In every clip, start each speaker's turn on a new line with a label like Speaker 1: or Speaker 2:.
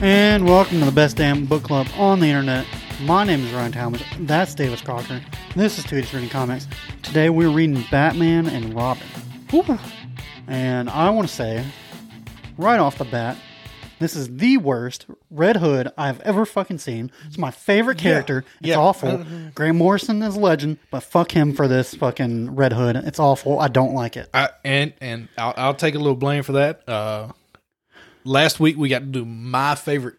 Speaker 1: And welcome to the best damn book club on the internet. My name is Ryan Talmadge. That's Davis Cocker. This is Two Idiots Reading Comics. Today we're reading Batman and Robin. Whew. And I want to say, right off the bat, this is the worst Red Hood I've ever fucking seen. It's my favorite character. It's
Speaker 2: Yeah.
Speaker 1: awful. Graham Morrison is a legend, but fuck him for this fucking Red Hood. It's awful. I don't like it.
Speaker 2: I, and and I'll, I'll take a little blame for that. Uh, last week we got to do my favorite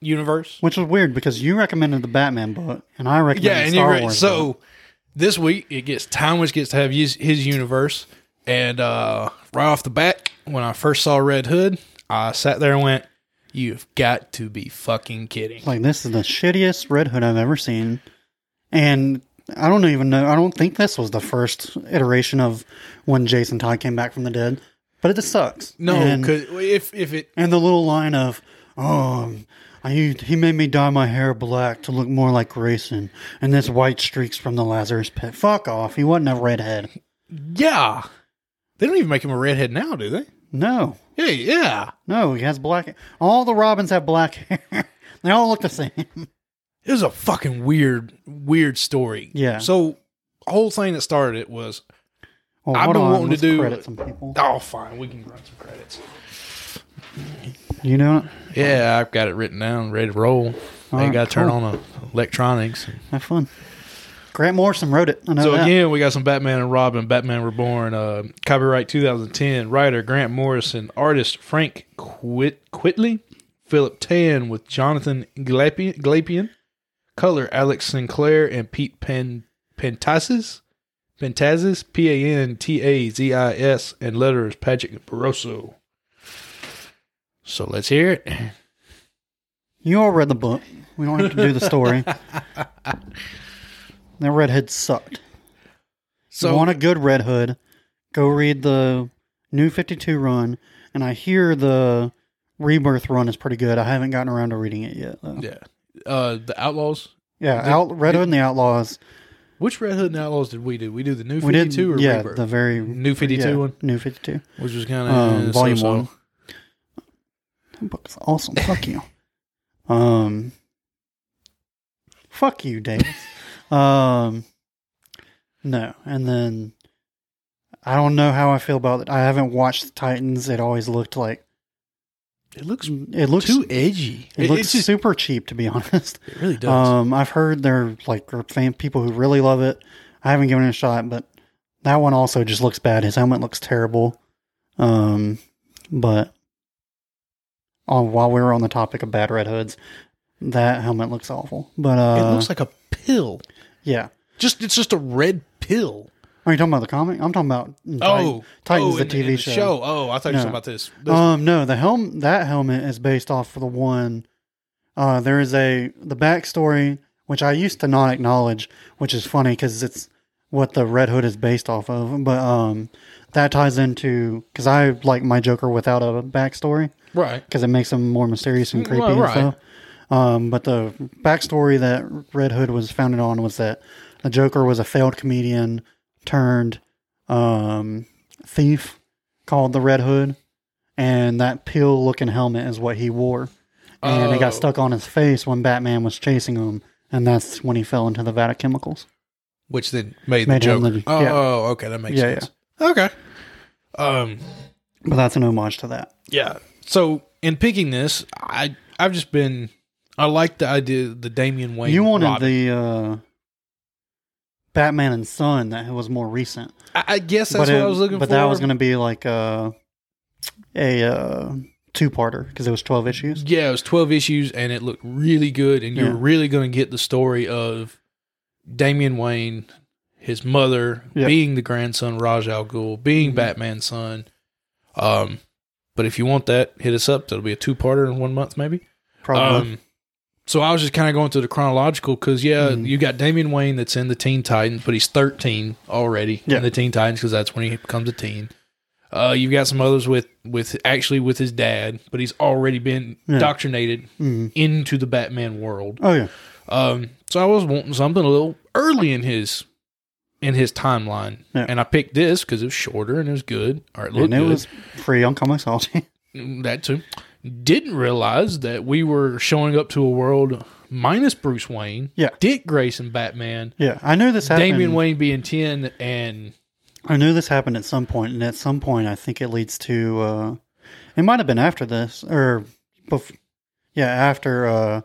Speaker 2: universe.
Speaker 1: Which is weird because you recommended the Batman book, and I recommended
Speaker 2: Yeah, and
Speaker 1: Star
Speaker 2: you're right.
Speaker 1: Wars. book.
Speaker 2: So this week it gets Time Witch gets to have his, his universe, and uh, right off the bat, when I first saw Red Hood, I sat there and went, "You've got to be fucking kidding!"
Speaker 1: Like this is the shittiest Red Hood I've ever seen, and I don't even know. I don't think this was the first iteration of when Jason Todd came back from the dead, but it just sucks.
Speaker 2: No,
Speaker 1: and,
Speaker 2: because if if it
Speaker 1: and the little line of "Oh, I, he made me dye my hair black to look more like Grayson, and this white streaks from the Lazarus pit." Fuck off! He wasn't a redhead.
Speaker 2: yeah, they don't even make him a redhead now, do they?
Speaker 1: No,
Speaker 2: Yeah, yeah.
Speaker 1: no, he has black. All the Robins have black hair. they all look the same.
Speaker 2: it was a fucking weird, weird story.
Speaker 1: Yeah.
Speaker 2: So whole thing that started it was
Speaker 1: Well,
Speaker 2: I've
Speaker 1: hold
Speaker 2: been
Speaker 1: on,
Speaker 2: wanting to
Speaker 1: let's
Speaker 2: do-
Speaker 1: credit some people.
Speaker 2: oh fine, we can run some credits.
Speaker 1: You know. What?
Speaker 2: Yeah, I've got it written down, ready to roll.
Speaker 1: All
Speaker 2: I
Speaker 1: right,
Speaker 2: got to turn
Speaker 1: cool.
Speaker 2: on the electronics.
Speaker 1: Have fun. Grant Morrison wrote it. I know
Speaker 2: So
Speaker 1: that.
Speaker 2: again, we got some Batman and Robin, Batman Reborn, uh, copyright 2010, writer Grant Morrison, artist Frank Quit Quitley, Philip Tan with Jonathan Glapian, Glapian color Alex Sinclair and Pete Pen Pentazis, Pentazis, P A N T A Z I S, and letters Patrick Barroso. So let's hear it.
Speaker 1: You all read the book. We don't have to do the story. that Red Hood sucked. So,
Speaker 2: So
Speaker 1: want a good Red Hood? Go read the New Fifty Two run, and I hear the Rebirth run is pretty good. I haven't gotten around to reading it yet. Though.
Speaker 2: yeah, uh, the Outlaws.
Speaker 1: Yeah, out, Red Hood and the Outlaws.
Speaker 2: Which Red Hood and Outlaws did we do? We do the New
Speaker 1: We
Speaker 2: Fifty
Speaker 1: did,
Speaker 2: Two or
Speaker 1: yeah,
Speaker 2: Rebirth?
Speaker 1: the very
Speaker 2: New Fifty Two
Speaker 1: yeah,
Speaker 2: one.
Speaker 1: New Fifty Two.
Speaker 2: which was kind of
Speaker 1: um, volume
Speaker 2: uh,
Speaker 1: one. That book is awesome. Fuck you. Um, fuck you, Davis. um, no, and then I don't know how I feel about it. I haven't watched the Titans. It always looked like
Speaker 2: It looks
Speaker 1: it looks
Speaker 2: too edgy.
Speaker 1: it, looks
Speaker 2: it's just,
Speaker 1: super cheap to be honest.
Speaker 2: it really does.
Speaker 1: Um, I've heard there like are fan people who really love it. I haven't given it a shot, but that one also just looks bad. His helmet looks terrible. Um, but on while we were on the topic of bad red hoods, that helmet looks awful. But uh,
Speaker 2: it looks like a pill.
Speaker 1: yeah.
Speaker 2: Just it's just a red pill.
Speaker 1: Are you talking about the comic? I'm talking about Titan- Titans,
Speaker 2: oh,
Speaker 1: the
Speaker 2: in
Speaker 1: TV
Speaker 2: in the
Speaker 1: show.
Speaker 2: Oh, I
Speaker 1: No.
Speaker 2: thought you were talking about this. This-
Speaker 1: Um, no, the helm that helmet is based off of the one. Uh, there is a the backstory which I used to not acknowledge, which is funny because it's what the Red Hood is based off of. But um, that ties into because I like my Joker without a backstory
Speaker 2: right.
Speaker 1: because it makes him more mysterious and
Speaker 2: Mm,
Speaker 1: creepy
Speaker 2: well,
Speaker 1: and
Speaker 2: right.
Speaker 1: stuff. Um, but the backstory that Red Hood was founded on was that the Joker was a failed comedian turned um, thief called the Red Hood, and that pill looking helmet is what he wore, and it
Speaker 2: Oh.
Speaker 1: got stuck on his face when Batman was chasing him, and that's when he fell into the vat of chemicals.
Speaker 2: Which then made,
Speaker 1: Made
Speaker 2: the
Speaker 1: him
Speaker 2: joke.
Speaker 1: the-
Speaker 2: oh,
Speaker 1: yeah.
Speaker 2: oh, okay, that makes
Speaker 1: Yeah,
Speaker 2: sense. Okay. Um.
Speaker 1: But that's an homage to that.
Speaker 2: Yeah. So in picking this, I I've just been I like the idea the Damian Wayne.
Speaker 1: you wanted
Speaker 2: Robin.
Speaker 1: the uh, Batman and Son that was more recent.
Speaker 2: I, I guess that's what
Speaker 1: it-
Speaker 2: I was looking
Speaker 1: but
Speaker 2: for.
Speaker 1: that was going to be like uh, a uh, two-parter because it was 12 issues.
Speaker 2: Yeah, it was 12 issues and it looked really good. And you
Speaker 1: Yeah.
Speaker 2: were really going to get the story of Damian Wayne, his mother,
Speaker 1: Yeah. Mm-hmm.
Speaker 2: being the grandson of Raj Al Ghul, being Batman's son. Um, but if you want that, hit us up. That'll be a two parter in one month, maybe.
Speaker 1: Probably.
Speaker 2: Um, so I was just kind of going through the chronological because, yeah,
Speaker 1: Mhm.
Speaker 2: you got Damian Wayne that's in the Teen Titans, but he's 13 already
Speaker 1: Yeah.
Speaker 2: in the Teen Titans because that's when he becomes a teen. Uh, you've got some others with, with actually with his dad, but he's already been
Speaker 1: Yeah.
Speaker 2: indoctrinated
Speaker 1: Mhm.
Speaker 2: into the Batman world.
Speaker 1: Oh yeah,
Speaker 2: Um, so I was wanting something a little early in his in his timeline,
Speaker 1: Yeah.
Speaker 2: and I picked this because it was shorter and it was good. Or it looked
Speaker 1: and it
Speaker 2: good.
Speaker 1: was free on Comixology.
Speaker 2: Mm, that too. didn't realize that we were showing up to a world minus Bruce Wayne,
Speaker 1: Yeah.
Speaker 2: Dick Grayson, Batman,
Speaker 1: Yeah, I knew this happened.
Speaker 2: Damian Wayne being ten, and
Speaker 1: I knew this happened at some point, and at some point, I think it leads to. Uh, it might have been after this, or, bef- yeah, after uh,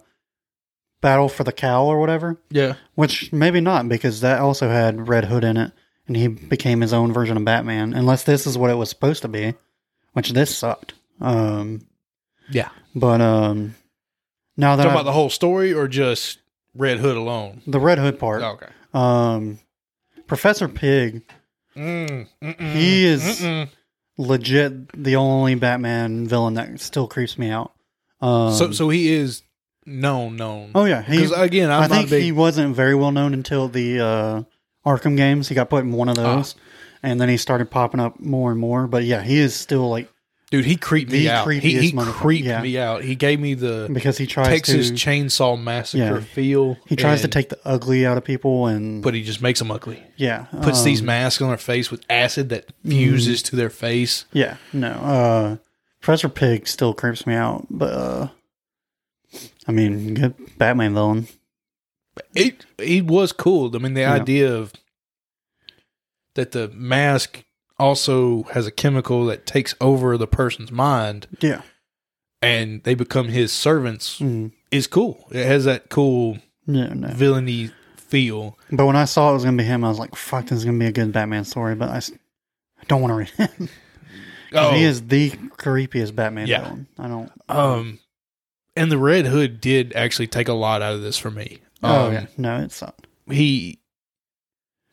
Speaker 1: Battle for the Cowl or whatever.
Speaker 2: yeah,
Speaker 1: Which maybe not, because that also had Red Hood in it, and he became his own version of Batman. Unless this is what it was supposed to be, which this sucked. Um,
Speaker 2: yeah.
Speaker 1: but um, now that
Speaker 2: Talking
Speaker 1: I,
Speaker 2: about the
Speaker 1: the,
Speaker 2: whole story or just Red Hood alone?
Speaker 1: Red Hood part,
Speaker 2: Okay.
Speaker 1: um, Professor Pig,
Speaker 2: Mm,
Speaker 1: He is- legit the only Batman villain that still creeps me out. Um,
Speaker 2: so so he is known known.
Speaker 1: oh yeah, he,
Speaker 2: Because again, I'm
Speaker 1: I think
Speaker 2: not a big
Speaker 1: he wasn't very well known until the uh, Arkham games. He got put in one of
Speaker 2: Ah.
Speaker 1: those, and then he started popping up more and more. But yeah, he is still like
Speaker 2: dude. He creeped me
Speaker 1: the
Speaker 2: out. He,
Speaker 1: creepiest
Speaker 2: he
Speaker 1: motherfucker,
Speaker 2: creeped
Speaker 1: yeah.
Speaker 2: me out. He gave me the
Speaker 1: because he tries
Speaker 2: Texas
Speaker 1: to
Speaker 2: Chainsaw Massacre
Speaker 1: Yeah.
Speaker 2: feel.
Speaker 1: he tries
Speaker 2: and-
Speaker 1: to take the ugly out of people and
Speaker 2: but he just makes them ugly.
Speaker 1: yeah
Speaker 2: Puts
Speaker 1: um, Mm.
Speaker 2: these masks on their face with acid that fuses to their face.
Speaker 1: yeah no uh, Professor Pig still creeps me out, but uh, I mean good Batman villain.
Speaker 2: It it was cool. I mean, the
Speaker 1: Yeah.
Speaker 2: idea of that the mask also has a chemical that takes over the person's mind
Speaker 1: Yeah,
Speaker 2: and they become his servants
Speaker 1: mm,
Speaker 2: is cool. It has that cool
Speaker 1: yeah no.
Speaker 2: villainy feel.
Speaker 1: But when I saw it was gonna be him, I was like, "Fuck, this is gonna be a good Batman story." But I, s- I don't want to read it. 'Cause He is the creepiest Batman
Speaker 2: Oh. Yeah.
Speaker 1: villain. I don't.
Speaker 2: Um, and the Red Hood did actually take a lot out of this for me. Um,
Speaker 1: oh yeah, no, it's not.
Speaker 2: He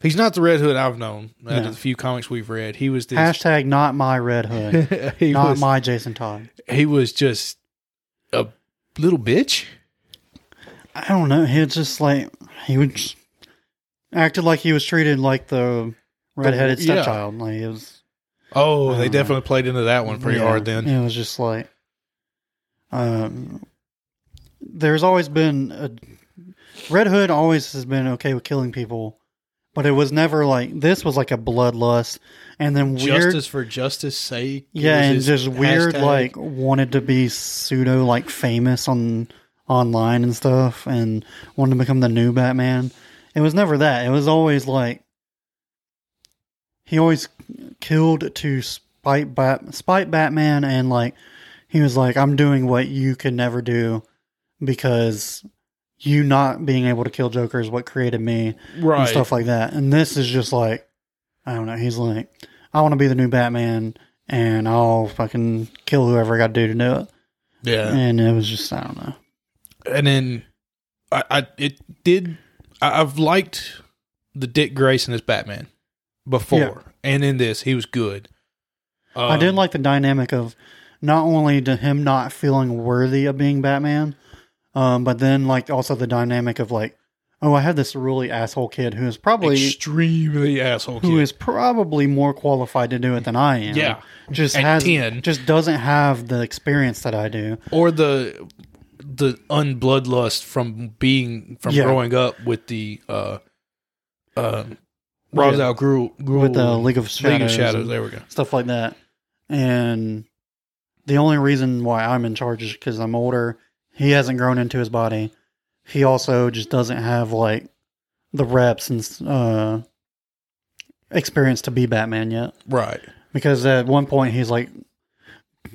Speaker 2: he's not the Red Hood I've known out
Speaker 1: No.
Speaker 2: of the few comics we've read. He was this.
Speaker 1: Hashtag not my Red Hood,
Speaker 2: he
Speaker 1: not
Speaker 2: was
Speaker 1: my Jason Todd.
Speaker 2: he was just a little bitch.
Speaker 1: I don't know. He was just like he would just acted like he was treated like the redheaded
Speaker 2: yeah.
Speaker 1: stepchild. Like it was
Speaker 2: Oh,
Speaker 1: I
Speaker 2: they
Speaker 1: don't
Speaker 2: definitely played into that one pretty
Speaker 1: Uh, yeah,
Speaker 2: hard. Then
Speaker 1: it was just like, um, there's always been a Red Hood always has been okay with killing people, but it was never like this was like a bloodlust and then weird.
Speaker 2: justice for justice' sake.
Speaker 1: Yeah,
Speaker 2: was
Speaker 1: and
Speaker 2: his
Speaker 1: just weird,
Speaker 2: hashtag.
Speaker 1: like wanted to be pseudo like famous on online and stuff, and wanted to become the new Batman. It was never that. It was always like he always killed to spite Bat, spite Batman, and like he was like, "I'm doing what you could never do because you not being able to kill Joker is what created me." and
Speaker 2: right.
Speaker 1: stuff like that. And this is just like, I don't know. He's like, I want to be the new Batman, and I'll fucking kill whoever I got to do to do it.
Speaker 2: yeah,
Speaker 1: And it was just, I don't know.
Speaker 2: and then I, I it did. I, I've liked the Dick Grayson as Batman before,
Speaker 1: Yeah.
Speaker 2: and in this he was good.
Speaker 1: I did
Speaker 2: Um,
Speaker 1: like the dynamic of not only to him not feeling worthy of being Batman, um, but then like also the dynamic of like, oh, I had this really asshole kid who is probably
Speaker 2: extremely asshole.
Speaker 1: who
Speaker 2: kid.
Speaker 1: is probably more qualified to do it than I am.
Speaker 2: yeah,
Speaker 1: just
Speaker 2: At
Speaker 1: has
Speaker 2: 10.
Speaker 1: just doesn't have the experience that I do.
Speaker 2: or the the unbloodlust from being from
Speaker 1: Yeah.
Speaker 2: growing up with the uh uh Ra's al Ghul, Ghul
Speaker 1: with the League of Shadows,
Speaker 2: League of Shadows.
Speaker 1: and
Speaker 2: There we go.
Speaker 1: stuff like that. And the only reason why I'm in charge is because I'm older. He hasn't grown into his body. He also just doesn't have like the reps and uh, experience to be Batman yet.
Speaker 2: Right.
Speaker 1: Because at one point he's like,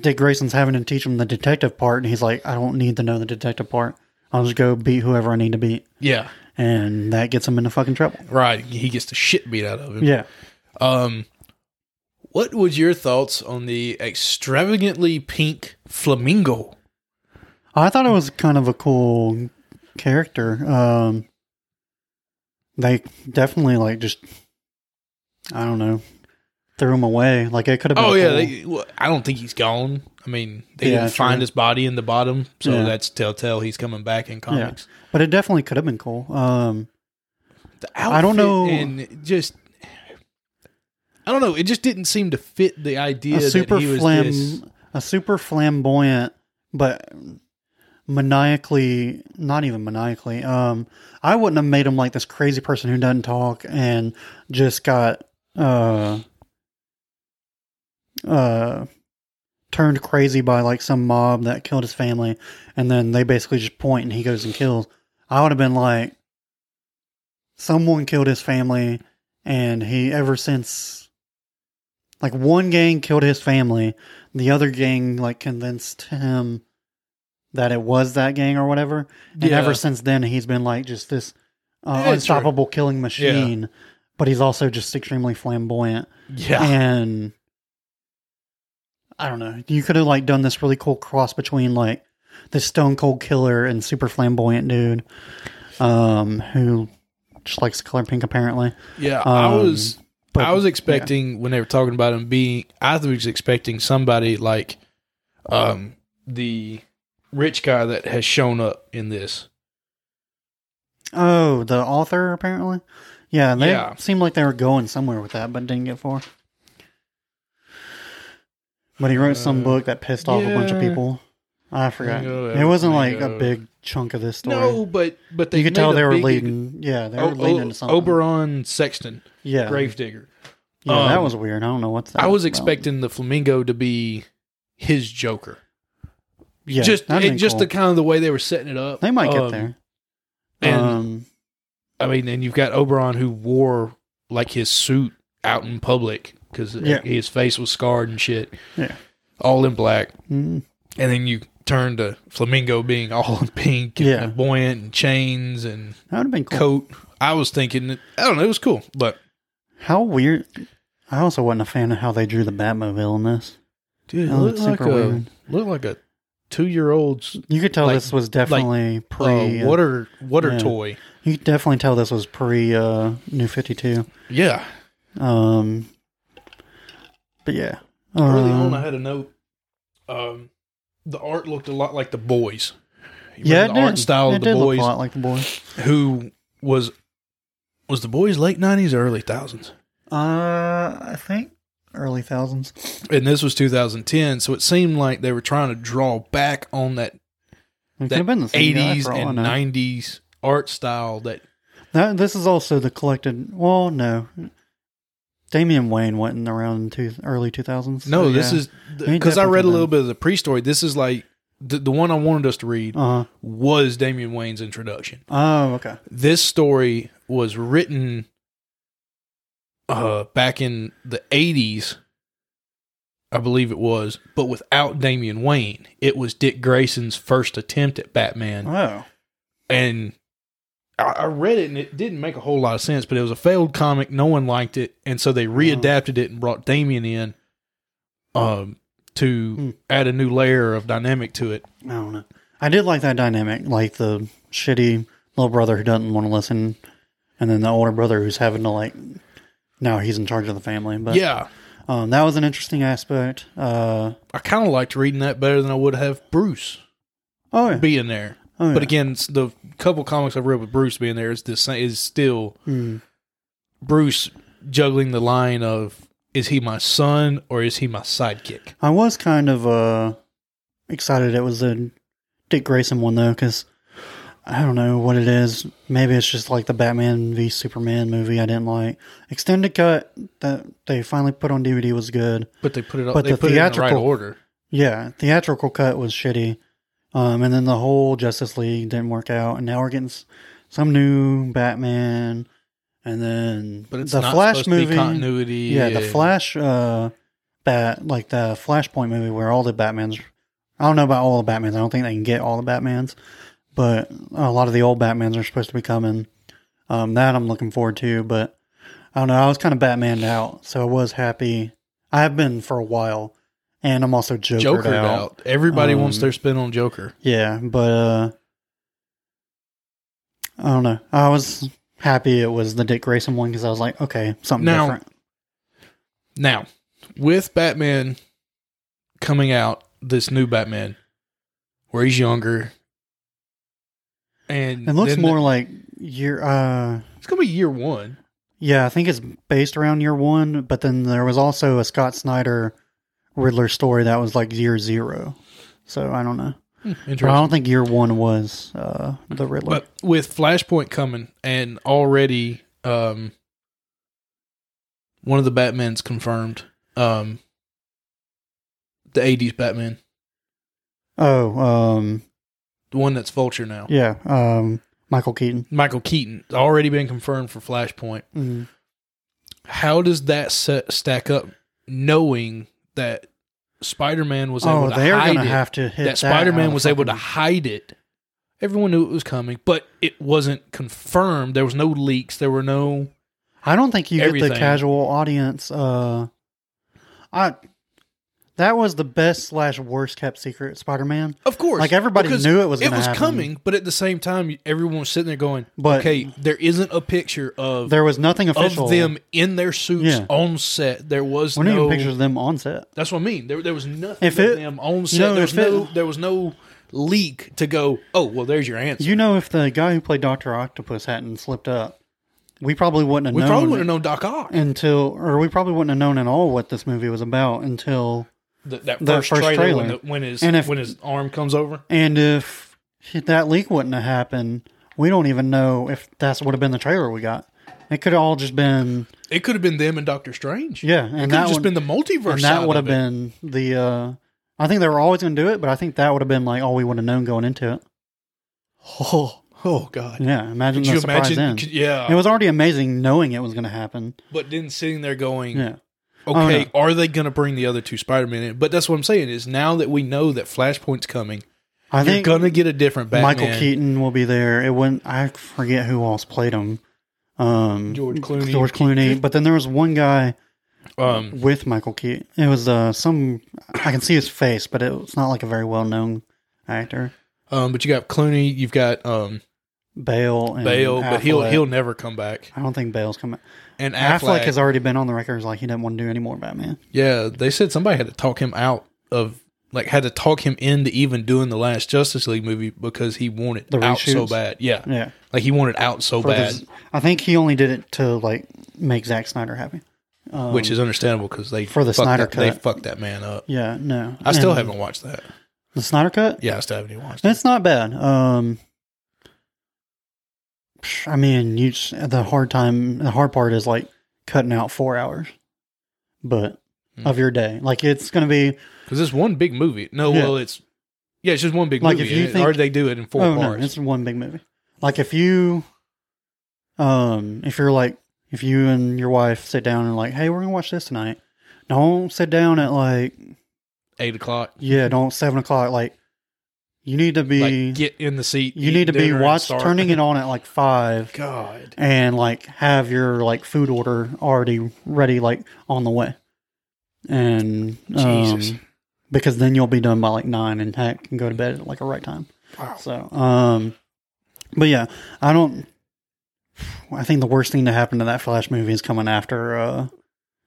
Speaker 1: Dick Grayson's having to teach him the detective part, and he's like, I don't need to know the detective part. I'll just go beat whoever I need to beat,
Speaker 2: Yeah.
Speaker 1: and that gets him into fucking trouble.
Speaker 2: Right. He gets the shit beat out of him.
Speaker 1: Yeah.
Speaker 2: Um, what was your thoughts on the extravagantly pink flamingo?
Speaker 1: I thought it was kind of a cool character. Um, they definitely like just, I don't know, threw him away. Like it could have. Been
Speaker 2: Oh
Speaker 1: a
Speaker 2: yeah,
Speaker 1: cool-
Speaker 2: they, well, I don't think he's gone. I mean, they
Speaker 1: Yeah,
Speaker 2: didn't find
Speaker 1: true.
Speaker 2: his body in the bottom, so
Speaker 1: Yeah.
Speaker 2: that's telltale he's coming back in comics.
Speaker 1: but it definitely could have been cool. Um,
Speaker 2: The
Speaker 1: I don't
Speaker 2: outfit
Speaker 1: know-
Speaker 2: and just I don't know. It just didn't seem to fit the idea
Speaker 1: a super
Speaker 2: that he was
Speaker 1: flam,
Speaker 2: this.
Speaker 1: a super flamboyant, but maniacally, not even maniacally. Um, I wouldn't have made him like this crazy person who doesn't talk and just got uh, uh, turned crazy by like some mob that killed his family, and then they basically just point and he goes and kills. I would have been like, someone killed his family, and he ever since, like one gang killed his family, the other gang like convinced him that it was that gang or whatever, and
Speaker 2: Yeah.
Speaker 1: ever since then he's been like just this uh,
Speaker 2: Yeah, sure.
Speaker 1: unstoppable killing machine. But he's also just extremely flamboyant
Speaker 2: Yeah.
Speaker 1: and I don't know. You could have like done this really cool cross between like the stone cold killer and super flamboyant dude, um, who just likes the color pink apparently.
Speaker 2: Yeah, I
Speaker 1: Um,
Speaker 2: was
Speaker 1: but-
Speaker 2: I was expecting when they were talking about him being I was expecting somebody like um the rich guy that has shown up in this.
Speaker 1: Oh, the author apparently. Yeah, they
Speaker 2: Yeah.
Speaker 1: seemed like they were going somewhere with that, but didn't get far. But he wrote some
Speaker 2: Uh,
Speaker 1: book that pissed off a bunch of
Speaker 2: yeah.
Speaker 1: people. I forgot.
Speaker 2: Mango,
Speaker 1: it wasn't like a
Speaker 2: mango.
Speaker 1: big chunk of this story.
Speaker 2: No, but but they
Speaker 1: you could
Speaker 2: made
Speaker 1: tell
Speaker 2: a
Speaker 1: they were
Speaker 2: big-
Speaker 1: leading. Yeah, they were
Speaker 2: O-
Speaker 1: leading
Speaker 2: O-
Speaker 1: into something.
Speaker 2: Oberon Sexton,
Speaker 1: yeah,
Speaker 2: Gravedigger.
Speaker 1: Yeah, that
Speaker 2: Um,
Speaker 1: was weird. I don't know what's that.
Speaker 2: I was
Speaker 1: about.
Speaker 2: expecting the flamingo to be his Joker.
Speaker 1: yeah,
Speaker 2: just
Speaker 1: that'd
Speaker 2: it,
Speaker 1: been
Speaker 2: just the
Speaker 1: cool.
Speaker 2: kind of the way they were setting it up.
Speaker 1: they might get
Speaker 2: Um,
Speaker 1: there.
Speaker 2: And
Speaker 1: um,
Speaker 2: I mean, and you've got Oberon who wore like his suit out in public because
Speaker 1: Yeah.
Speaker 2: his face was scarred and shit.
Speaker 1: Yeah.
Speaker 2: all in black.
Speaker 1: mm,
Speaker 2: And then you turn to Flamingo being all in pink and
Speaker 1: Yeah.
Speaker 2: buoyant and chains and
Speaker 1: that would have been cool.
Speaker 2: coat. I was thinking, that- I don't know, it was cool, but
Speaker 1: How weird. I also wasn't a fan of how they drew the Batmobile in this.
Speaker 2: dude,
Speaker 1: That looked Oh, super weird.
Speaker 2: looked like a two year old's
Speaker 1: You could tell
Speaker 2: Like-
Speaker 1: this was definitely pre.
Speaker 2: uh, water water
Speaker 1: yeah.
Speaker 2: toy.
Speaker 1: you could definitely tell this was pre uh, New Fifty Two.
Speaker 2: Yeah,
Speaker 1: Um, but yeah,
Speaker 2: early on
Speaker 1: Um,
Speaker 2: I had a note. Um, the art looked a lot like the boys. You
Speaker 1: yeah, it
Speaker 2: remember the art
Speaker 1: did.
Speaker 2: style
Speaker 1: it
Speaker 2: of the
Speaker 1: did
Speaker 2: boys
Speaker 1: look a lot like the boys.
Speaker 2: who was was the boys late nineties or early thousands.
Speaker 1: Uh, I think early thousands.
Speaker 2: and this was 2010 so it seemed like they were trying to draw back on that,
Speaker 1: It could
Speaker 2: that
Speaker 1: have been the same guy
Speaker 2: 80s
Speaker 1: for all I
Speaker 2: and
Speaker 1: know.
Speaker 2: 90s art style that
Speaker 1: That, this is also the collected. Well, no, Damian Wayne wasn't around in two, early two thousands.
Speaker 2: no this is
Speaker 1: Ain't
Speaker 2: because i
Speaker 1: that
Speaker 2: read a
Speaker 1: fucking
Speaker 2: little bit of the pre-story this is like the, the one i wanted us to read
Speaker 1: Uh,
Speaker 2: was damian wayne's introduction
Speaker 1: oh, okay.
Speaker 2: this story was written uh back in the 80s i believe it was but without damian wayne it was dick grayson's first attempt at batman
Speaker 1: Oh,
Speaker 2: and I, I read it and it didn't make a whole lot of sense, but it was a failed comic. No one liked it, and so they readapted it and brought Damien in, um, to
Speaker 1: Hmm.
Speaker 2: add a new layer of dynamic to it.
Speaker 1: I don't know. I did like that dynamic, like the shitty little brother who doesn't want to listen, and then the older brother who's having to like. Now he's in charge of the family, but
Speaker 2: yeah,
Speaker 1: um, that was an interesting aspect. Uh,
Speaker 2: I kind of liked reading that better than I would have Bruce
Speaker 1: oh, yeah.
Speaker 2: being there.
Speaker 1: oh, yeah.
Speaker 2: But again, s- the couple comics I've read with Bruce being there is the same, is still
Speaker 1: Hmm.
Speaker 2: Bruce juggling the line of is he my son or is he my sidekick?
Speaker 1: I was kind of uh, excited it was a Dick Grayson one though, because I don't know what it is. Maybe it's just like the Batman v Superman movie I didn't like. Extended cut that they finally put on DVD was good.
Speaker 2: But they put it up.
Speaker 1: But
Speaker 2: they
Speaker 1: the
Speaker 2: put it in the right
Speaker 1: theatrical-
Speaker 2: order.
Speaker 1: Yeah, theatrical cut was shitty. Um, and then the whole Justice League didn't work out, and now we're getting s- some new Batman, and then
Speaker 2: But it's
Speaker 1: the
Speaker 2: not
Speaker 1: Flash
Speaker 2: supposed to
Speaker 1: movie
Speaker 2: be continuity.
Speaker 1: yeah, the
Speaker 2: and-
Speaker 1: Flash, uh, bat like the Flashpoint movie where all the Batmans. I don't know about all the Batmans. I don't think they can get all the Batmans, but a lot of the old Batmans are supposed to be coming. Um, that I'm looking forward to, but I don't know. I was kind of Batmaned out, so I was happy. I have been for a while, and I'm also Jokered,
Speaker 2: Joker out.
Speaker 1: out.
Speaker 2: Everybody wants
Speaker 1: Um,
Speaker 2: their spin on Joker.
Speaker 1: Yeah, but uh, I don't know. I was happy it was the Dick Grayson one because I was like, okay, something
Speaker 2: Now-
Speaker 1: different.
Speaker 2: Now, with Batman coming out, this new Batman, where he's younger, and
Speaker 1: It looks
Speaker 2: then-
Speaker 1: more like year. Uh,
Speaker 2: It's gonna be year one.
Speaker 1: yeah, I think it's based around year one, but then there was also a Scott Snyder Riddler story that was like year zero. So I don't know. But I
Speaker 2: Hmm, Interesting.
Speaker 1: don't think year one was uh, the Riddler.
Speaker 2: But with Flashpoint coming and already um, one of the Batmans confirmed, um, The 80s Batman.
Speaker 1: Oh, um,
Speaker 2: The one that's Vulture now.
Speaker 1: yeah, um, Michael Keaton.
Speaker 2: Michael Keaton. Already been confirmed for Flashpoint.
Speaker 1: Mm.
Speaker 2: How does that set, stack up knowing that Spider Man was able
Speaker 1: Oh,
Speaker 2: to
Speaker 1: they're
Speaker 2: hide
Speaker 1: gonna
Speaker 2: it?
Speaker 1: have to hit
Speaker 2: that Spider
Speaker 1: out
Speaker 2: Man
Speaker 1: of
Speaker 2: was able to
Speaker 1: fucking-
Speaker 2: hide it. Everyone knew it was coming, but it wasn't confirmed. There was no leaks. There were no.
Speaker 1: I don't think you get
Speaker 2: everything.
Speaker 1: the casual audience. Uh, I that was the best slash worst kept secret Spider Man.
Speaker 2: Of course,
Speaker 1: Like everybody
Speaker 2: because
Speaker 1: knew it was.
Speaker 2: it
Speaker 1: gonna
Speaker 2: was
Speaker 1: happen,
Speaker 2: coming, but at the same time, everyone was sitting there going,
Speaker 1: But-
Speaker 2: "Okay, there isn't a picture of
Speaker 1: There was nothing official.
Speaker 2: of them in their suits
Speaker 1: Yeah.
Speaker 2: on set. There was
Speaker 1: We don't
Speaker 2: no
Speaker 1: even pictures of them on set.
Speaker 2: That's what I mean. There, there was nothing
Speaker 1: If
Speaker 2: if
Speaker 1: it-
Speaker 2: them on set.
Speaker 1: know,
Speaker 2: there was
Speaker 1: if it-
Speaker 2: no, there was no leak to go. Oh well, there's your answer.
Speaker 1: You know, if the guy who played Doctor Octopus hadn't slipped up, we probably wouldn't have
Speaker 2: we
Speaker 1: known
Speaker 2: probably wouldn't have known Doc Ock.
Speaker 1: until, or we probably wouldn't have known at all what this movie was about until.
Speaker 2: That, that
Speaker 1: the
Speaker 2: first,
Speaker 1: first
Speaker 2: trailer, When,
Speaker 1: trailer.
Speaker 2: the, when his
Speaker 1: And if-
Speaker 2: when his arm comes over.
Speaker 1: And if that leak wouldn't have happened, we don't even know if that's would have been the trailer we got. It could have all just been
Speaker 2: It could have been them and Doctor Strange.
Speaker 1: yeah, and
Speaker 2: could have
Speaker 1: that
Speaker 2: just
Speaker 1: would-
Speaker 2: been the multiverse.
Speaker 1: and
Speaker 2: side
Speaker 1: that would have
Speaker 2: of it.
Speaker 1: been the. uh I think they were always going to do it, but I think that would have been like all we would have known going into it.
Speaker 2: Oh, oh God!
Speaker 1: Yeah, imagine
Speaker 2: Could
Speaker 1: the
Speaker 2: you uh,
Speaker 1: surprise
Speaker 2: imagine?
Speaker 1: then.
Speaker 2: could- yeah,
Speaker 1: It was already amazing knowing it was going to happen.
Speaker 2: but then sitting there going,
Speaker 1: Yeah, Oh,
Speaker 2: okay, are they going to bring the other two Spider-Man in? But that's what I'm saying is now that we know that Flashpoint's coming,
Speaker 1: I
Speaker 2: you're
Speaker 1: think
Speaker 2: going to get a different Batman.
Speaker 1: Michael Keaton will be there. It wouldn't. I forget who else played him. Um,
Speaker 2: George Clooney.
Speaker 1: George Clooney. But then there was one guy
Speaker 2: Um,
Speaker 1: with Michael Keaton. It was uh, some. I can see his face, but it was not like a very well known actor.
Speaker 2: um, but you got Clooney, you've got um,
Speaker 1: Bale. And
Speaker 2: Bale, but he'll
Speaker 1: Affleck.
Speaker 2: he'll never come back.
Speaker 1: I don't think Bale's coming.
Speaker 2: And
Speaker 1: Affleck,
Speaker 2: Affleck,
Speaker 1: has already been on the record as like he didn't want to do any more Batman.
Speaker 2: yeah, they said somebody had to talk him out of like had to talk him into even doing the last Justice League movie because he wanted
Speaker 1: The
Speaker 2: out so
Speaker 1: reshoots?
Speaker 2: bad. Yeah.
Speaker 1: Yeah.
Speaker 2: like he wanted out so
Speaker 1: For the-
Speaker 2: bad,
Speaker 1: I think he only did it to like make Zack Snyder happy. Um,
Speaker 2: which is understandable because they
Speaker 1: for the
Speaker 2: fucked
Speaker 1: Snyder
Speaker 2: that, they
Speaker 1: Cut.
Speaker 2: fucked that man up.
Speaker 1: yeah, no.
Speaker 2: I still
Speaker 1: And
Speaker 2: haven't watched that.
Speaker 1: the Snyder cut.
Speaker 2: Yeah, I still haven't even watched it.
Speaker 1: That's not bad. Um, I mean, you just- the hard time, the hard part is like cutting out four hours, but
Speaker 2: Hmm.
Speaker 1: of your day. Like it's gonna be
Speaker 2: because it's one big movie. No,
Speaker 1: Yeah.
Speaker 2: well, it's yeah, it's just one big
Speaker 1: Like,
Speaker 2: movie.
Speaker 1: if you
Speaker 2: and-
Speaker 1: think-
Speaker 2: or they do it in four
Speaker 1: oh
Speaker 2: parts.
Speaker 1: no, it's one big movie. Like if you, um, if you're like if you and your wife sit down and like, hey, we're gonna watch this tonight. Don't sit down at like
Speaker 2: Eight o'clock.
Speaker 1: yeah, don't seven o'clock. Like you need to be
Speaker 2: Mm-hmm. Like get in the seat.
Speaker 1: you
Speaker 2: eat
Speaker 1: need to be
Speaker 2: dinner, and
Speaker 1: watch
Speaker 2: start.
Speaker 1: turning it on at like five.
Speaker 2: God,
Speaker 1: and like have your like food order already ready like on the way and um,
Speaker 2: Jesus.
Speaker 1: because then you'll be done by like nine and heck can go to bed at like a right time
Speaker 2: Wow.
Speaker 1: so um but yeah i don't i think the worst thing to happen to that flash movie is coming after uh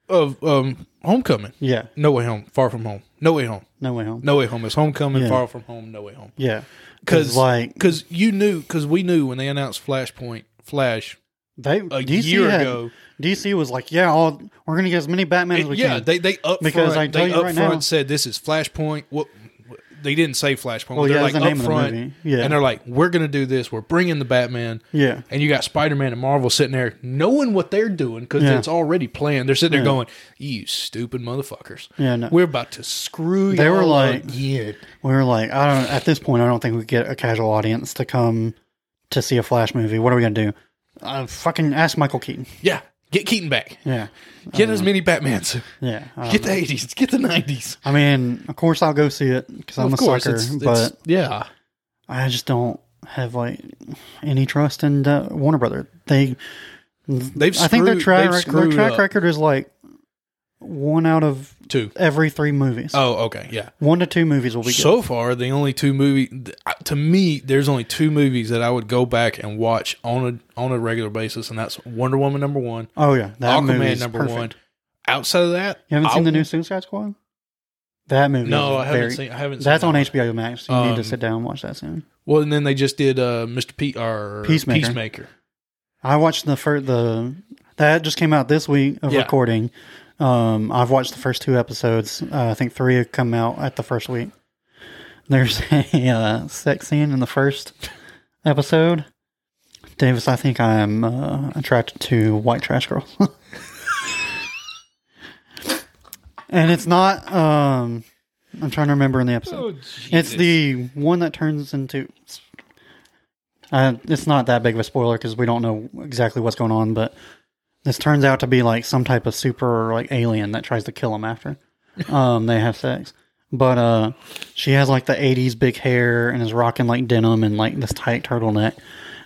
Speaker 2: Of um, Homecoming.
Speaker 1: yeah
Speaker 2: No way home. Far from home. No way home.
Speaker 1: no way home
Speaker 2: No way home. It's Homecoming.
Speaker 1: Yeah.
Speaker 2: Far from home. No way home.
Speaker 1: yeah
Speaker 2: Because
Speaker 1: like
Speaker 2: because you knew because we knew when they announced Flashpoint Flash
Speaker 1: they
Speaker 2: a
Speaker 1: dc
Speaker 2: year
Speaker 1: had-
Speaker 2: ago.
Speaker 1: dc was like yeah all, we're gonna get as many batman as
Speaker 2: it-
Speaker 1: we
Speaker 2: yeah,
Speaker 1: can
Speaker 2: they they up
Speaker 1: Because I
Speaker 2: front,
Speaker 1: tell
Speaker 2: they
Speaker 1: you
Speaker 2: up
Speaker 1: right
Speaker 2: front
Speaker 1: now-
Speaker 2: said this is Flashpoint. What what- they didn't say Flashpoint.
Speaker 1: well
Speaker 2: they're
Speaker 1: yeah
Speaker 2: like
Speaker 1: that's the name
Speaker 2: up
Speaker 1: of the
Speaker 2: front,
Speaker 1: movie yeah
Speaker 2: and they're like, we're gonna do this. We're bringing the Batman.
Speaker 1: yeah
Speaker 2: and you got Spider-Man and Marvel sitting there knowing what they're doing because
Speaker 1: Yeah.
Speaker 2: it's already planned. They're sitting there
Speaker 1: Yeah.
Speaker 2: going, "You stupid motherfuckers,
Speaker 1: yeah no.
Speaker 2: we're about to screw you."
Speaker 1: They were like-
Speaker 2: "Yeah,
Speaker 1: We were like, I don't. At this point, I don't think we get a casual audience to come to see a Flash movie. What are we gonna do? Uh, fucking ask Michael Keaton.
Speaker 2: yeah, get Keaton back,
Speaker 1: Yeah, Uh,
Speaker 2: get as many Batmans,
Speaker 1: yeah. Um,
Speaker 2: get the '80s, get the '90s."
Speaker 1: I mean, of course I'll go see it because I'm
Speaker 2: of
Speaker 1: a
Speaker 2: course,
Speaker 1: sucker.
Speaker 2: it's,
Speaker 1: but
Speaker 2: it's- yeah,
Speaker 1: I just don't have like any trust in uh, Warner Brother. They,
Speaker 2: they've.
Speaker 1: I think their
Speaker 2: screwed-
Speaker 1: track
Speaker 2: they've
Speaker 1: rec- their
Speaker 2: screwed
Speaker 1: track
Speaker 2: up
Speaker 1: record is like one out of
Speaker 2: too.
Speaker 1: every three movies.
Speaker 2: Oh, okay, yeah.
Speaker 1: One to two movies will be good.
Speaker 2: So far, the only two movie th- to me, there's only two movies that I would go back and watch on a on a regular basis, and that's Wonder Woman number one,
Speaker 1: Oh yeah, that movie
Speaker 2: Aquaman
Speaker 1: is
Speaker 2: number
Speaker 1: perfect.
Speaker 2: one. Outside of that,
Speaker 1: You haven't seen the
Speaker 2: I'll-
Speaker 1: new Suicide Squad? That movie.
Speaker 2: No,
Speaker 1: is
Speaker 2: I haven't
Speaker 1: very-
Speaker 2: seen. I haven't.
Speaker 1: That's
Speaker 2: seen
Speaker 1: on
Speaker 2: that.
Speaker 1: HBO Max. You need to
Speaker 2: Um,
Speaker 1: sit down and watch that soon.
Speaker 2: Well, and then they just did uh, Mr. P or
Speaker 1: Peacemaker.
Speaker 2: Peacemaker.
Speaker 1: I watched the first the that just came out this week of
Speaker 2: Yeah.
Speaker 1: recording. Um, I've watched the first two episodes. Uh, I think three have come out at the first week. There's a uh, sex scene in the first episode. Davis, I think I am uh, attracted to white trash girls. and it's not um I'm trying to remember in the
Speaker 3: Oh,
Speaker 1: episode. It's the one that turns into. Uh, it's not that big of a spoiler because we don't know exactly what's going on, but this turns out to be like some type of super like alien that tries to kill him after um, they have sex. But uh, she has like the '80s big hair and is rocking like denim and like this tight turtleneck,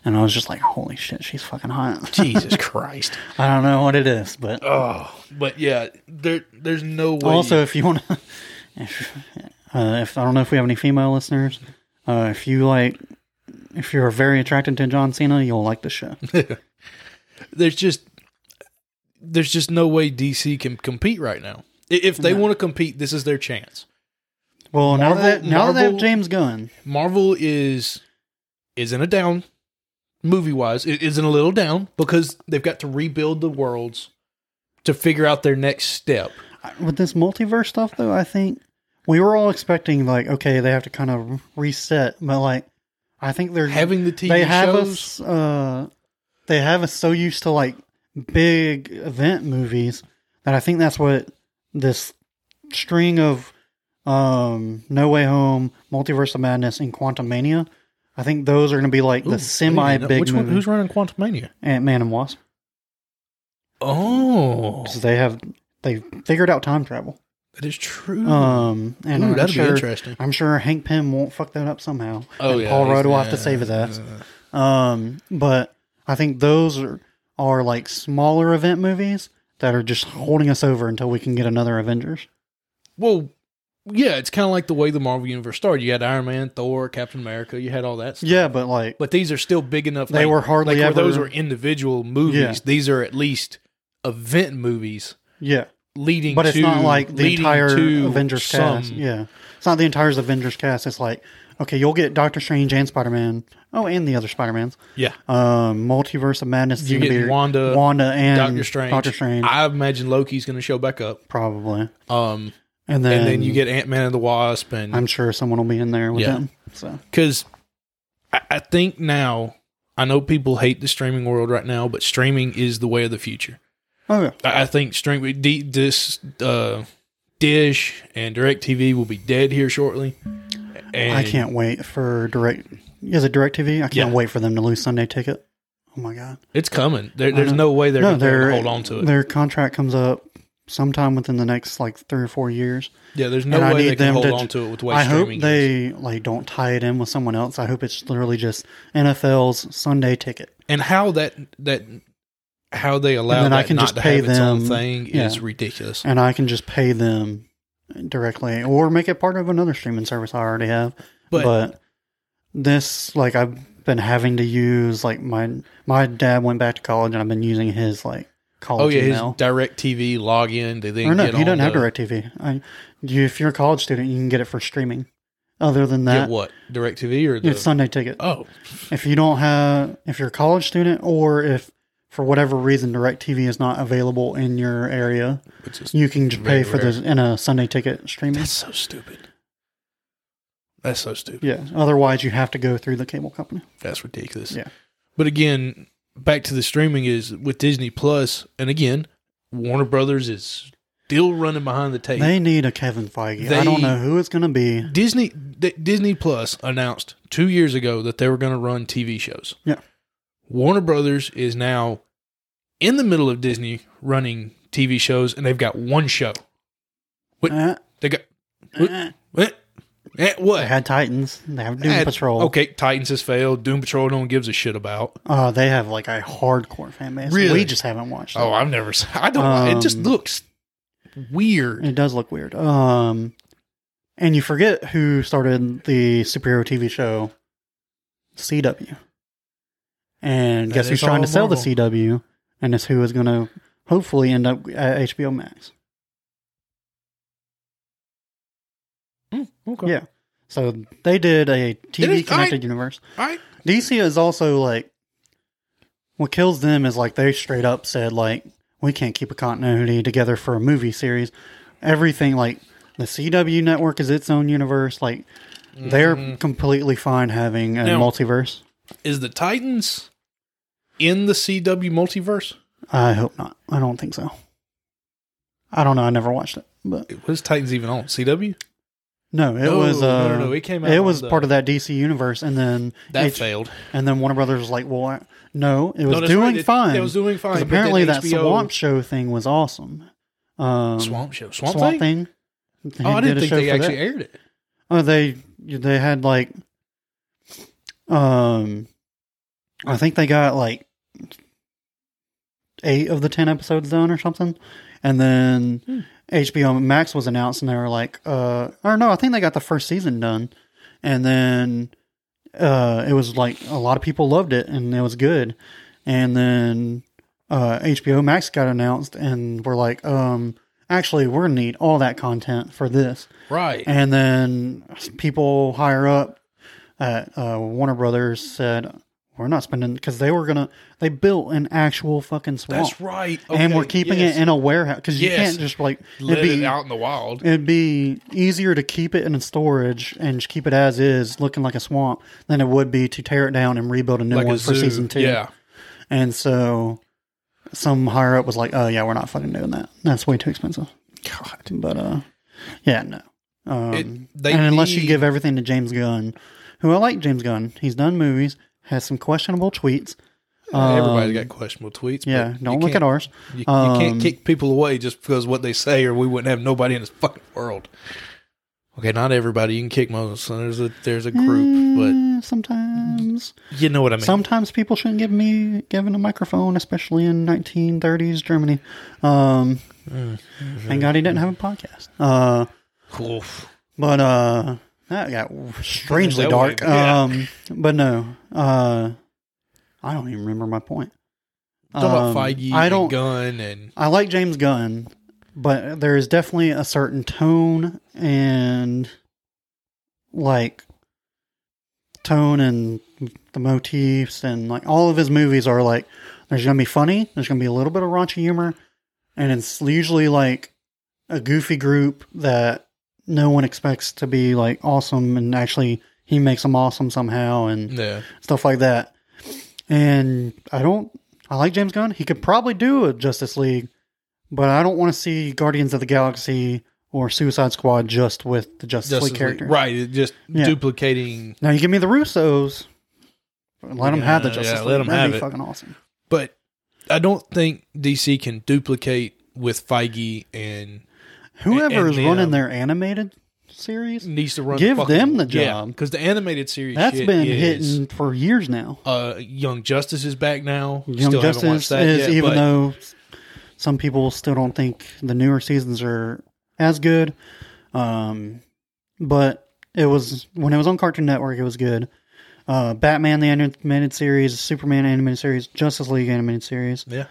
Speaker 1: and I was just like, "Holy shit, she's fucking hot."
Speaker 3: Jesus Christ.
Speaker 1: I don't know what it is, but
Speaker 2: Oh, but yeah, there there's no way.
Speaker 1: also if you want to if, uh, if i don't know if we have any female listeners uh, if you like if you're very attracted to john cena you'll like the show
Speaker 2: there's just there's just no way DC can compete right now. I- If they want to compete, this is their chance.
Speaker 1: well now
Speaker 2: Marvel-
Speaker 1: that now that they have
Speaker 2: Marvel-
Speaker 1: james gunn
Speaker 2: Marvel is is in a down movie wise. It is in a little down because they've got to rebuild the worlds to figure out their next step.
Speaker 1: with this multiverse stuff though i think we were all expecting like okay they have to kind of reset but like i think they're
Speaker 2: Having the TV
Speaker 1: they have us
Speaker 2: shows,
Speaker 1: uh they have us so used to like big event movies that i think that's what this string of um no way home multiverse of madness and quantum mania i think those are going to be like
Speaker 2: Ooh,
Speaker 1: the semi big
Speaker 2: Which one?
Speaker 1: movies
Speaker 2: Who's running Quantum Mania?
Speaker 1: ant-man and wasp
Speaker 2: Oh,
Speaker 1: because they have they figured out time travel
Speaker 2: that is true.
Speaker 1: um and
Speaker 2: Hmm. Ooh,
Speaker 1: I'm
Speaker 2: that'd be
Speaker 1: sure,
Speaker 2: interesting.
Speaker 1: i'm sure hank pym won't fuck that up somehow
Speaker 2: oh
Speaker 1: and
Speaker 2: yeah,
Speaker 1: paul
Speaker 2: he's-
Speaker 1: rudd will have to
Speaker 2: yeah,
Speaker 1: save his ass
Speaker 2: yeah.
Speaker 1: Um, but I think those are are like smaller event movies that are just holding us over until we can get another Avengers.
Speaker 2: Well, yeah, it's kind of like the way the Marvel universe started. You had Iron Man, Thor, Captain America. You had all that. Stuff.
Speaker 1: Yeah, but like
Speaker 2: But these are still big enough.
Speaker 1: They were hardly
Speaker 2: like, where
Speaker 1: ever-
Speaker 2: Those were individual movies.
Speaker 1: Yeah.
Speaker 2: These are at least event movies
Speaker 1: yeah,
Speaker 2: leading.
Speaker 1: but it's
Speaker 2: to-
Speaker 1: not like the
Speaker 2: leading
Speaker 1: entire
Speaker 2: to
Speaker 1: Avengers
Speaker 2: some-
Speaker 1: cast. Yeah, it's not the entire Avengers cast. It's like okay, you'll get Doctor Strange and Spider Man. Oh, and the other Spider Mans.
Speaker 2: yeah.
Speaker 1: Um, Multiverse of Madness. is
Speaker 2: You
Speaker 1: gonna
Speaker 2: get
Speaker 1: be
Speaker 2: Wanda,
Speaker 1: Wanda, and
Speaker 2: Doctor Strange.
Speaker 1: Doctor Strange,
Speaker 2: I imagine Loki's going to show back up.
Speaker 1: probably.
Speaker 2: Um,
Speaker 1: And then,
Speaker 2: and then you get Ant Man and the Wasp, and
Speaker 1: I'm sure someone will be in there with
Speaker 2: Yeah.
Speaker 1: them. So
Speaker 2: because I, I think now I know people hate the streaming world right now, but streaming is the way of the future.
Speaker 1: oh yeah,
Speaker 2: I, I think streaming D, this uh, Dish and Directv will be dead here shortly. And
Speaker 1: I can't wait for direct. Is it Directv? I can't
Speaker 2: Yeah.
Speaker 1: wait for them to lose Sunday Ticket. Oh my god!
Speaker 2: It's coming. There,
Speaker 1: I
Speaker 2: there's
Speaker 1: know.
Speaker 2: no way they're
Speaker 1: no,
Speaker 2: going to
Speaker 1: their
Speaker 2: hold on to it.
Speaker 1: Their contract comes up sometime within the next like three or four years.
Speaker 2: Yeah, there's no
Speaker 1: and I
Speaker 2: way
Speaker 1: need
Speaker 2: they can
Speaker 1: them
Speaker 2: hold
Speaker 1: to-
Speaker 2: on to it with the way
Speaker 1: I hope
Speaker 2: streaming is.
Speaker 1: they like don't tie it in with someone else. I hope it's literally just NFL's Sunday Ticket.
Speaker 2: And how that that how they allow
Speaker 1: then
Speaker 2: that
Speaker 1: I can
Speaker 2: not
Speaker 1: just
Speaker 2: to
Speaker 1: pay
Speaker 2: have its own
Speaker 1: them-
Speaker 2: thing
Speaker 1: yeah.
Speaker 2: is ridiculous.
Speaker 1: and I can just pay them directly or make it part of another streaming service I already have. But,
Speaker 2: But-
Speaker 1: this, like, I've been having to use like my my dad went back to college and I've been using his like
Speaker 2: Oh
Speaker 1: college
Speaker 2: yeah, his
Speaker 1: email.
Speaker 2: DirecTV login. They then
Speaker 1: or no,
Speaker 2: get
Speaker 1: he doesn't
Speaker 2: on
Speaker 1: have
Speaker 2: the-
Speaker 1: DirecTV. I, you, if you're a college student, you can get it for streaming. Other than
Speaker 2: Get
Speaker 1: that,
Speaker 2: what? DirecTV or the
Speaker 1: it's Sunday Ticket.
Speaker 2: Oh,
Speaker 1: If you don't have, if you're a college student, or if for whatever reason DirecTV is not available in your area,
Speaker 2: which is
Speaker 1: you can just pay
Speaker 2: Very
Speaker 1: for
Speaker 2: rare.
Speaker 1: this in a Sunday Ticket streaming.
Speaker 2: that's so stupid. That's so stupid.
Speaker 1: Yeah. Otherwise, you have to go through the cable company.
Speaker 2: That's ridiculous.
Speaker 1: Yeah.
Speaker 2: But again, back to the streaming is with Disney Plus, and again, Warner Brothers is still running behind the tape.
Speaker 1: They need a Kevin Feige. I
Speaker 2: They-
Speaker 1: don't know who it's going to be.
Speaker 2: Disney D- Disney Plus announced two years ago that they were going to run TV shows.
Speaker 1: Yeah.
Speaker 2: Warner Brothers is now in the middle of Disney running TV shows, and they've got one show. What-
Speaker 1: Eh,
Speaker 2: They got
Speaker 1: eh.
Speaker 2: what? Eh,
Speaker 1: They
Speaker 2: what?
Speaker 1: had Titans. They have Doom
Speaker 2: Eh,
Speaker 1: Patrol.
Speaker 2: Okay, Titans has failed. Doom Patrol no one gives a shit about.
Speaker 1: Uh, they have like a hardcore fan base.
Speaker 2: Really?
Speaker 1: We just haven't watched it.
Speaker 2: Oh, I've never. s- I don't. it just
Speaker 1: Um,
Speaker 2: looks weird.
Speaker 1: It does look weird. Um, and you forget who started the superhero TV show, CW. And
Speaker 2: That
Speaker 1: guess who's
Speaker 2: is
Speaker 1: trying
Speaker 2: all
Speaker 1: to sell the
Speaker 2: Marvel.
Speaker 1: CW? And it's who is going to hopefully end up at HBO Max. Mm,
Speaker 2: Okay.
Speaker 1: Yeah. So they did a
Speaker 2: It
Speaker 1: TV
Speaker 2: is- I-
Speaker 1: connected universe.
Speaker 2: All right.
Speaker 1: DC is also like what kills them is like they straight up said like we can't keep a continuity together for a movie series. Everything like the CW network is its own universe. Like they're completely fine having a
Speaker 2: Mm-hmm. Now-
Speaker 1: multiverse.
Speaker 2: Is the Titans in the CW multiverse?
Speaker 1: I hope not. I don't think so. I don't know. I never watched it, but
Speaker 2: What is Titans even on CW?
Speaker 1: No, it
Speaker 2: No,
Speaker 1: was.
Speaker 2: no,
Speaker 1: Uh,
Speaker 2: no, no, it came out
Speaker 1: It
Speaker 2: on
Speaker 1: was
Speaker 2: the-
Speaker 1: part of that DC universe, and then
Speaker 2: That
Speaker 1: H-
Speaker 2: failed.
Speaker 1: And then Warner Brothers was like, "Well, I- no, it was
Speaker 2: that's
Speaker 1: doing
Speaker 2: right. It-
Speaker 1: fine.
Speaker 2: it was doing fine,
Speaker 1: 'Cause
Speaker 2: but then
Speaker 1: Apparently, that
Speaker 2: HBO
Speaker 1: Swamp Show thing was awesome. Um,
Speaker 2: Swamp Show. Swamp,
Speaker 1: Swamp
Speaker 2: Thing?
Speaker 1: thing. They
Speaker 2: Oh, I
Speaker 1: did
Speaker 2: didn't
Speaker 1: a
Speaker 2: think
Speaker 1: show
Speaker 2: they
Speaker 1: for that.
Speaker 2: actually aired it.
Speaker 1: Oh, they they had like, um, I think they got like eight of the ten episodes done or something, and then HBO Max was announced, and they were like, uh, or no, I think they got the first season done, and then uh, it was like a lot of people loved it, and it was good, and then uh, HBO Max got announced, and we're like, um, actually, we're gonna need all that content for this.
Speaker 2: Right.
Speaker 1: And then people higher up at uh, Warner Brothers said, "We're not spending because they were gonna they built an actual fucking swamp,
Speaker 2: That's right.
Speaker 1: and
Speaker 2: Okay,
Speaker 1: we're keeping
Speaker 2: yes.
Speaker 1: it in a warehouse because you
Speaker 2: Yes.
Speaker 1: can't just like
Speaker 2: Let
Speaker 1: it'd be
Speaker 2: it out in the wild.
Speaker 1: it'd be easier to keep it in storage and just keep it as is, looking like a swamp, than it would be to tear it down and rebuild a new
Speaker 2: Like
Speaker 1: one
Speaker 2: a
Speaker 1: for
Speaker 2: zoo.
Speaker 1: season two.
Speaker 2: Yeah.
Speaker 1: And so some higher up was like, "Oh yeah, we're not fucking doing that. That's way too expensive."
Speaker 2: God.
Speaker 1: But uh, yeah, no. Um,
Speaker 2: It- they
Speaker 1: and unless you
Speaker 2: need-
Speaker 1: give everything to James Gunn, who I like James Gunn, he's done movies, has some questionable tweets.
Speaker 2: Everybody's got questionable tweets. but
Speaker 1: um, Yeah,
Speaker 2: you
Speaker 1: don't look at
Speaker 2: can't-
Speaker 1: ours.
Speaker 2: You, you
Speaker 1: Um,
Speaker 2: can't kick people away just because what they say, or we wouldn't have nobody in this fucking world. Okay, not everybody. You can kick most. So there's a there's a group,
Speaker 1: Eh, sometimes,
Speaker 2: but you know what I mean.
Speaker 1: sometimes people shouldn't give me given a microphone, especially in 1930s Germany. Um,
Speaker 2: Mm-hmm.
Speaker 1: thank God he didn't have a podcast. Uh,
Speaker 2: Oof.
Speaker 1: But uh that got strangely
Speaker 2: That
Speaker 1: dark.
Speaker 2: way, yeah.
Speaker 1: Um but no. Uh I don't even remember my point.
Speaker 2: Talk
Speaker 1: Um,
Speaker 2: about Feige
Speaker 1: I don't
Speaker 2: and Gunn and
Speaker 1: I like James Gunn, but there is definitely a certain tone and like tone and the motifs and like all of his movies are like there's gonna be funny, there's gonna be a little bit of raunchy humor, and it's usually like a goofy group that no one expects to be like awesome and actually he makes them awesome somehow and
Speaker 2: yeah.
Speaker 1: stuff like that. And I don't. I like James Gunn. He could probably do a Justice League, but I don't want to see Guardians of the Galaxy or Suicide Squad just with the Justice,
Speaker 2: Justice
Speaker 1: League
Speaker 2: League.
Speaker 1: characters.
Speaker 2: Right, it just
Speaker 1: Yeah.
Speaker 2: duplicating.
Speaker 1: now, you give me the Russos. Let them have the
Speaker 2: Yeah,
Speaker 1: Justice
Speaker 2: yeah,
Speaker 1: League.
Speaker 2: let 'em
Speaker 1: That'd
Speaker 2: have
Speaker 1: be
Speaker 2: it.
Speaker 1: fucking awesome.
Speaker 2: But I don't think DC can duplicate with Feige and
Speaker 1: Whoever
Speaker 2: and um,
Speaker 1: is running
Speaker 2: them.
Speaker 1: their animated series,
Speaker 2: needs to run.
Speaker 1: Give them the job.
Speaker 2: because the animated series
Speaker 1: that's
Speaker 2: shit
Speaker 1: been
Speaker 2: is-
Speaker 1: hitting for years now.
Speaker 2: Uh, Young Justice is back now.
Speaker 1: Young
Speaker 2: Still haven't watched
Speaker 1: Justice
Speaker 2: that
Speaker 1: is,
Speaker 2: yet,
Speaker 1: even
Speaker 2: but
Speaker 1: though some people still don't think the newer seasons are as good. Um, but it was when it was on Cartoon Network, it was good. Uh, Batman the animated series, Superman animated series, Justice League animated series.
Speaker 2: yeah,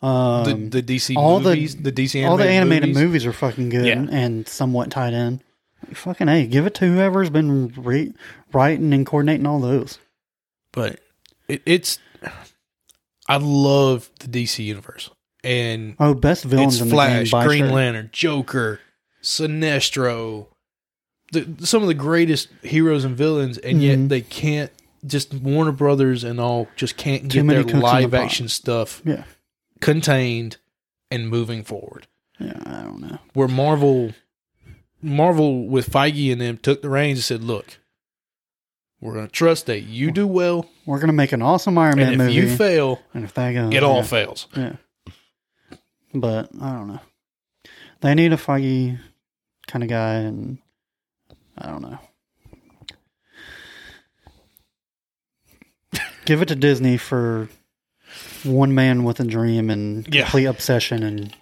Speaker 2: the,
Speaker 1: Um,
Speaker 2: the DC
Speaker 1: all the-
Speaker 2: movies, the, DC animated
Speaker 1: all the animated movies.
Speaker 2: movies.
Speaker 1: are fucking good
Speaker 2: Yeah.
Speaker 1: and somewhat tied in. Fucking hey, give it to whoever's been re- writing and coordinating all those.
Speaker 2: but it, it's I love the DC universe and
Speaker 1: Oh, best villains
Speaker 2: it's
Speaker 1: in
Speaker 2: Flash,
Speaker 1: the game. by
Speaker 2: Green
Speaker 1: sure.
Speaker 2: Lantern, Joker, Sinestro, the, some of the greatest heroes and villains, and
Speaker 1: Mhm.
Speaker 2: yet they can't. Just Warner Brothers and all just can't get
Speaker 1: many
Speaker 2: their
Speaker 1: cooks in the
Speaker 2: live
Speaker 1: pot.
Speaker 2: action stuff
Speaker 1: Yeah,
Speaker 2: contained and moving forward.
Speaker 1: yeah, I don't know.
Speaker 2: Where Marvel, Marvel with Feige and them took the reins and said, "Look, we're going to trust that you do well,
Speaker 1: We're gonna make an awesome Iron Man
Speaker 2: and if
Speaker 1: movie. Uh-huh.
Speaker 2: you fail,
Speaker 1: and if that goes,
Speaker 2: it all
Speaker 1: yeah,
Speaker 2: fails."
Speaker 1: yeah. But I don't know. They need a foggy kind of guy, and I don't know. Give it to Disney for one man with a dream and
Speaker 2: Yeah.
Speaker 1: complete obsession, and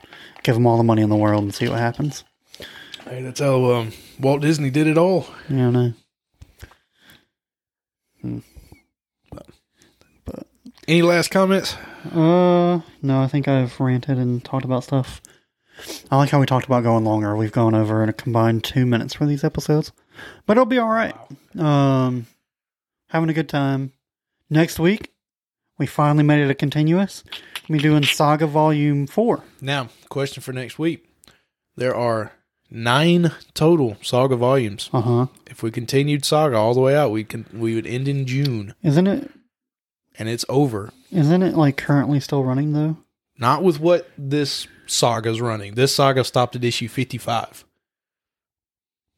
Speaker 1: give him all the money in the world and see what happens.
Speaker 2: Hey, that's how um, Walt Disney did it all.
Speaker 1: You don't know. Hmm. But
Speaker 2: Any last comments?
Speaker 1: Uh, no, I think I've ranted and talked about stuff. I like how we talked about going longer. We've gone over in a combined two minutes for these episodes, but it'll be all right. Um, having a good time. Next week, we finally made it a continuous. We doing Saga Volume Four.
Speaker 2: Now, question for next week. There are nine total saga volumes.
Speaker 1: Uh huh.
Speaker 2: If we continued saga all the way out, we can we would end in June,
Speaker 1: Isn't it?
Speaker 2: and it's over.
Speaker 1: Isn't it like currently still running though?
Speaker 2: Not with what this saga's running. This saga stopped at issue fifty five.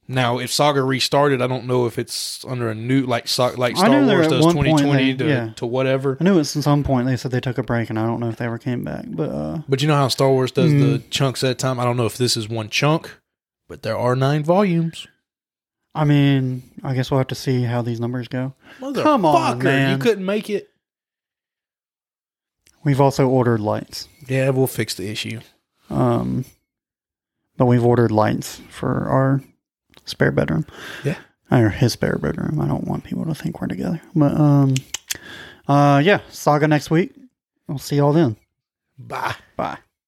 Speaker 2: Now, if Saga restarted, I don't know if it's under a new like so, like
Speaker 1: I
Speaker 2: Star
Speaker 1: knew there
Speaker 2: Wars
Speaker 1: at
Speaker 2: does
Speaker 1: one point
Speaker 2: twenty twenty
Speaker 1: they-
Speaker 2: to
Speaker 1: yeah.
Speaker 2: to whatever.
Speaker 1: I knew at some point they said they took a break, and I don't know if they ever came back. But uh,
Speaker 2: But you know how Star Wars does the
Speaker 1: Hmm.
Speaker 2: chunks at a time. I don't know if this is one chunk, but there are nine volumes.
Speaker 1: I mean, I guess we'll have to see how these numbers go.
Speaker 2: Motherfucker,
Speaker 1: on, man.
Speaker 2: you couldn't make it.
Speaker 1: We've also ordered lights,
Speaker 2: Yeah, we'll fix the issue.
Speaker 1: um, but we've ordered lights for our spare bedroom.
Speaker 2: Yeah.
Speaker 1: or his spare bedroom. I don't want people to think we're together. But um, uh, yeah, saga next week. We'll see y'all then.
Speaker 2: Bye.
Speaker 1: Bye.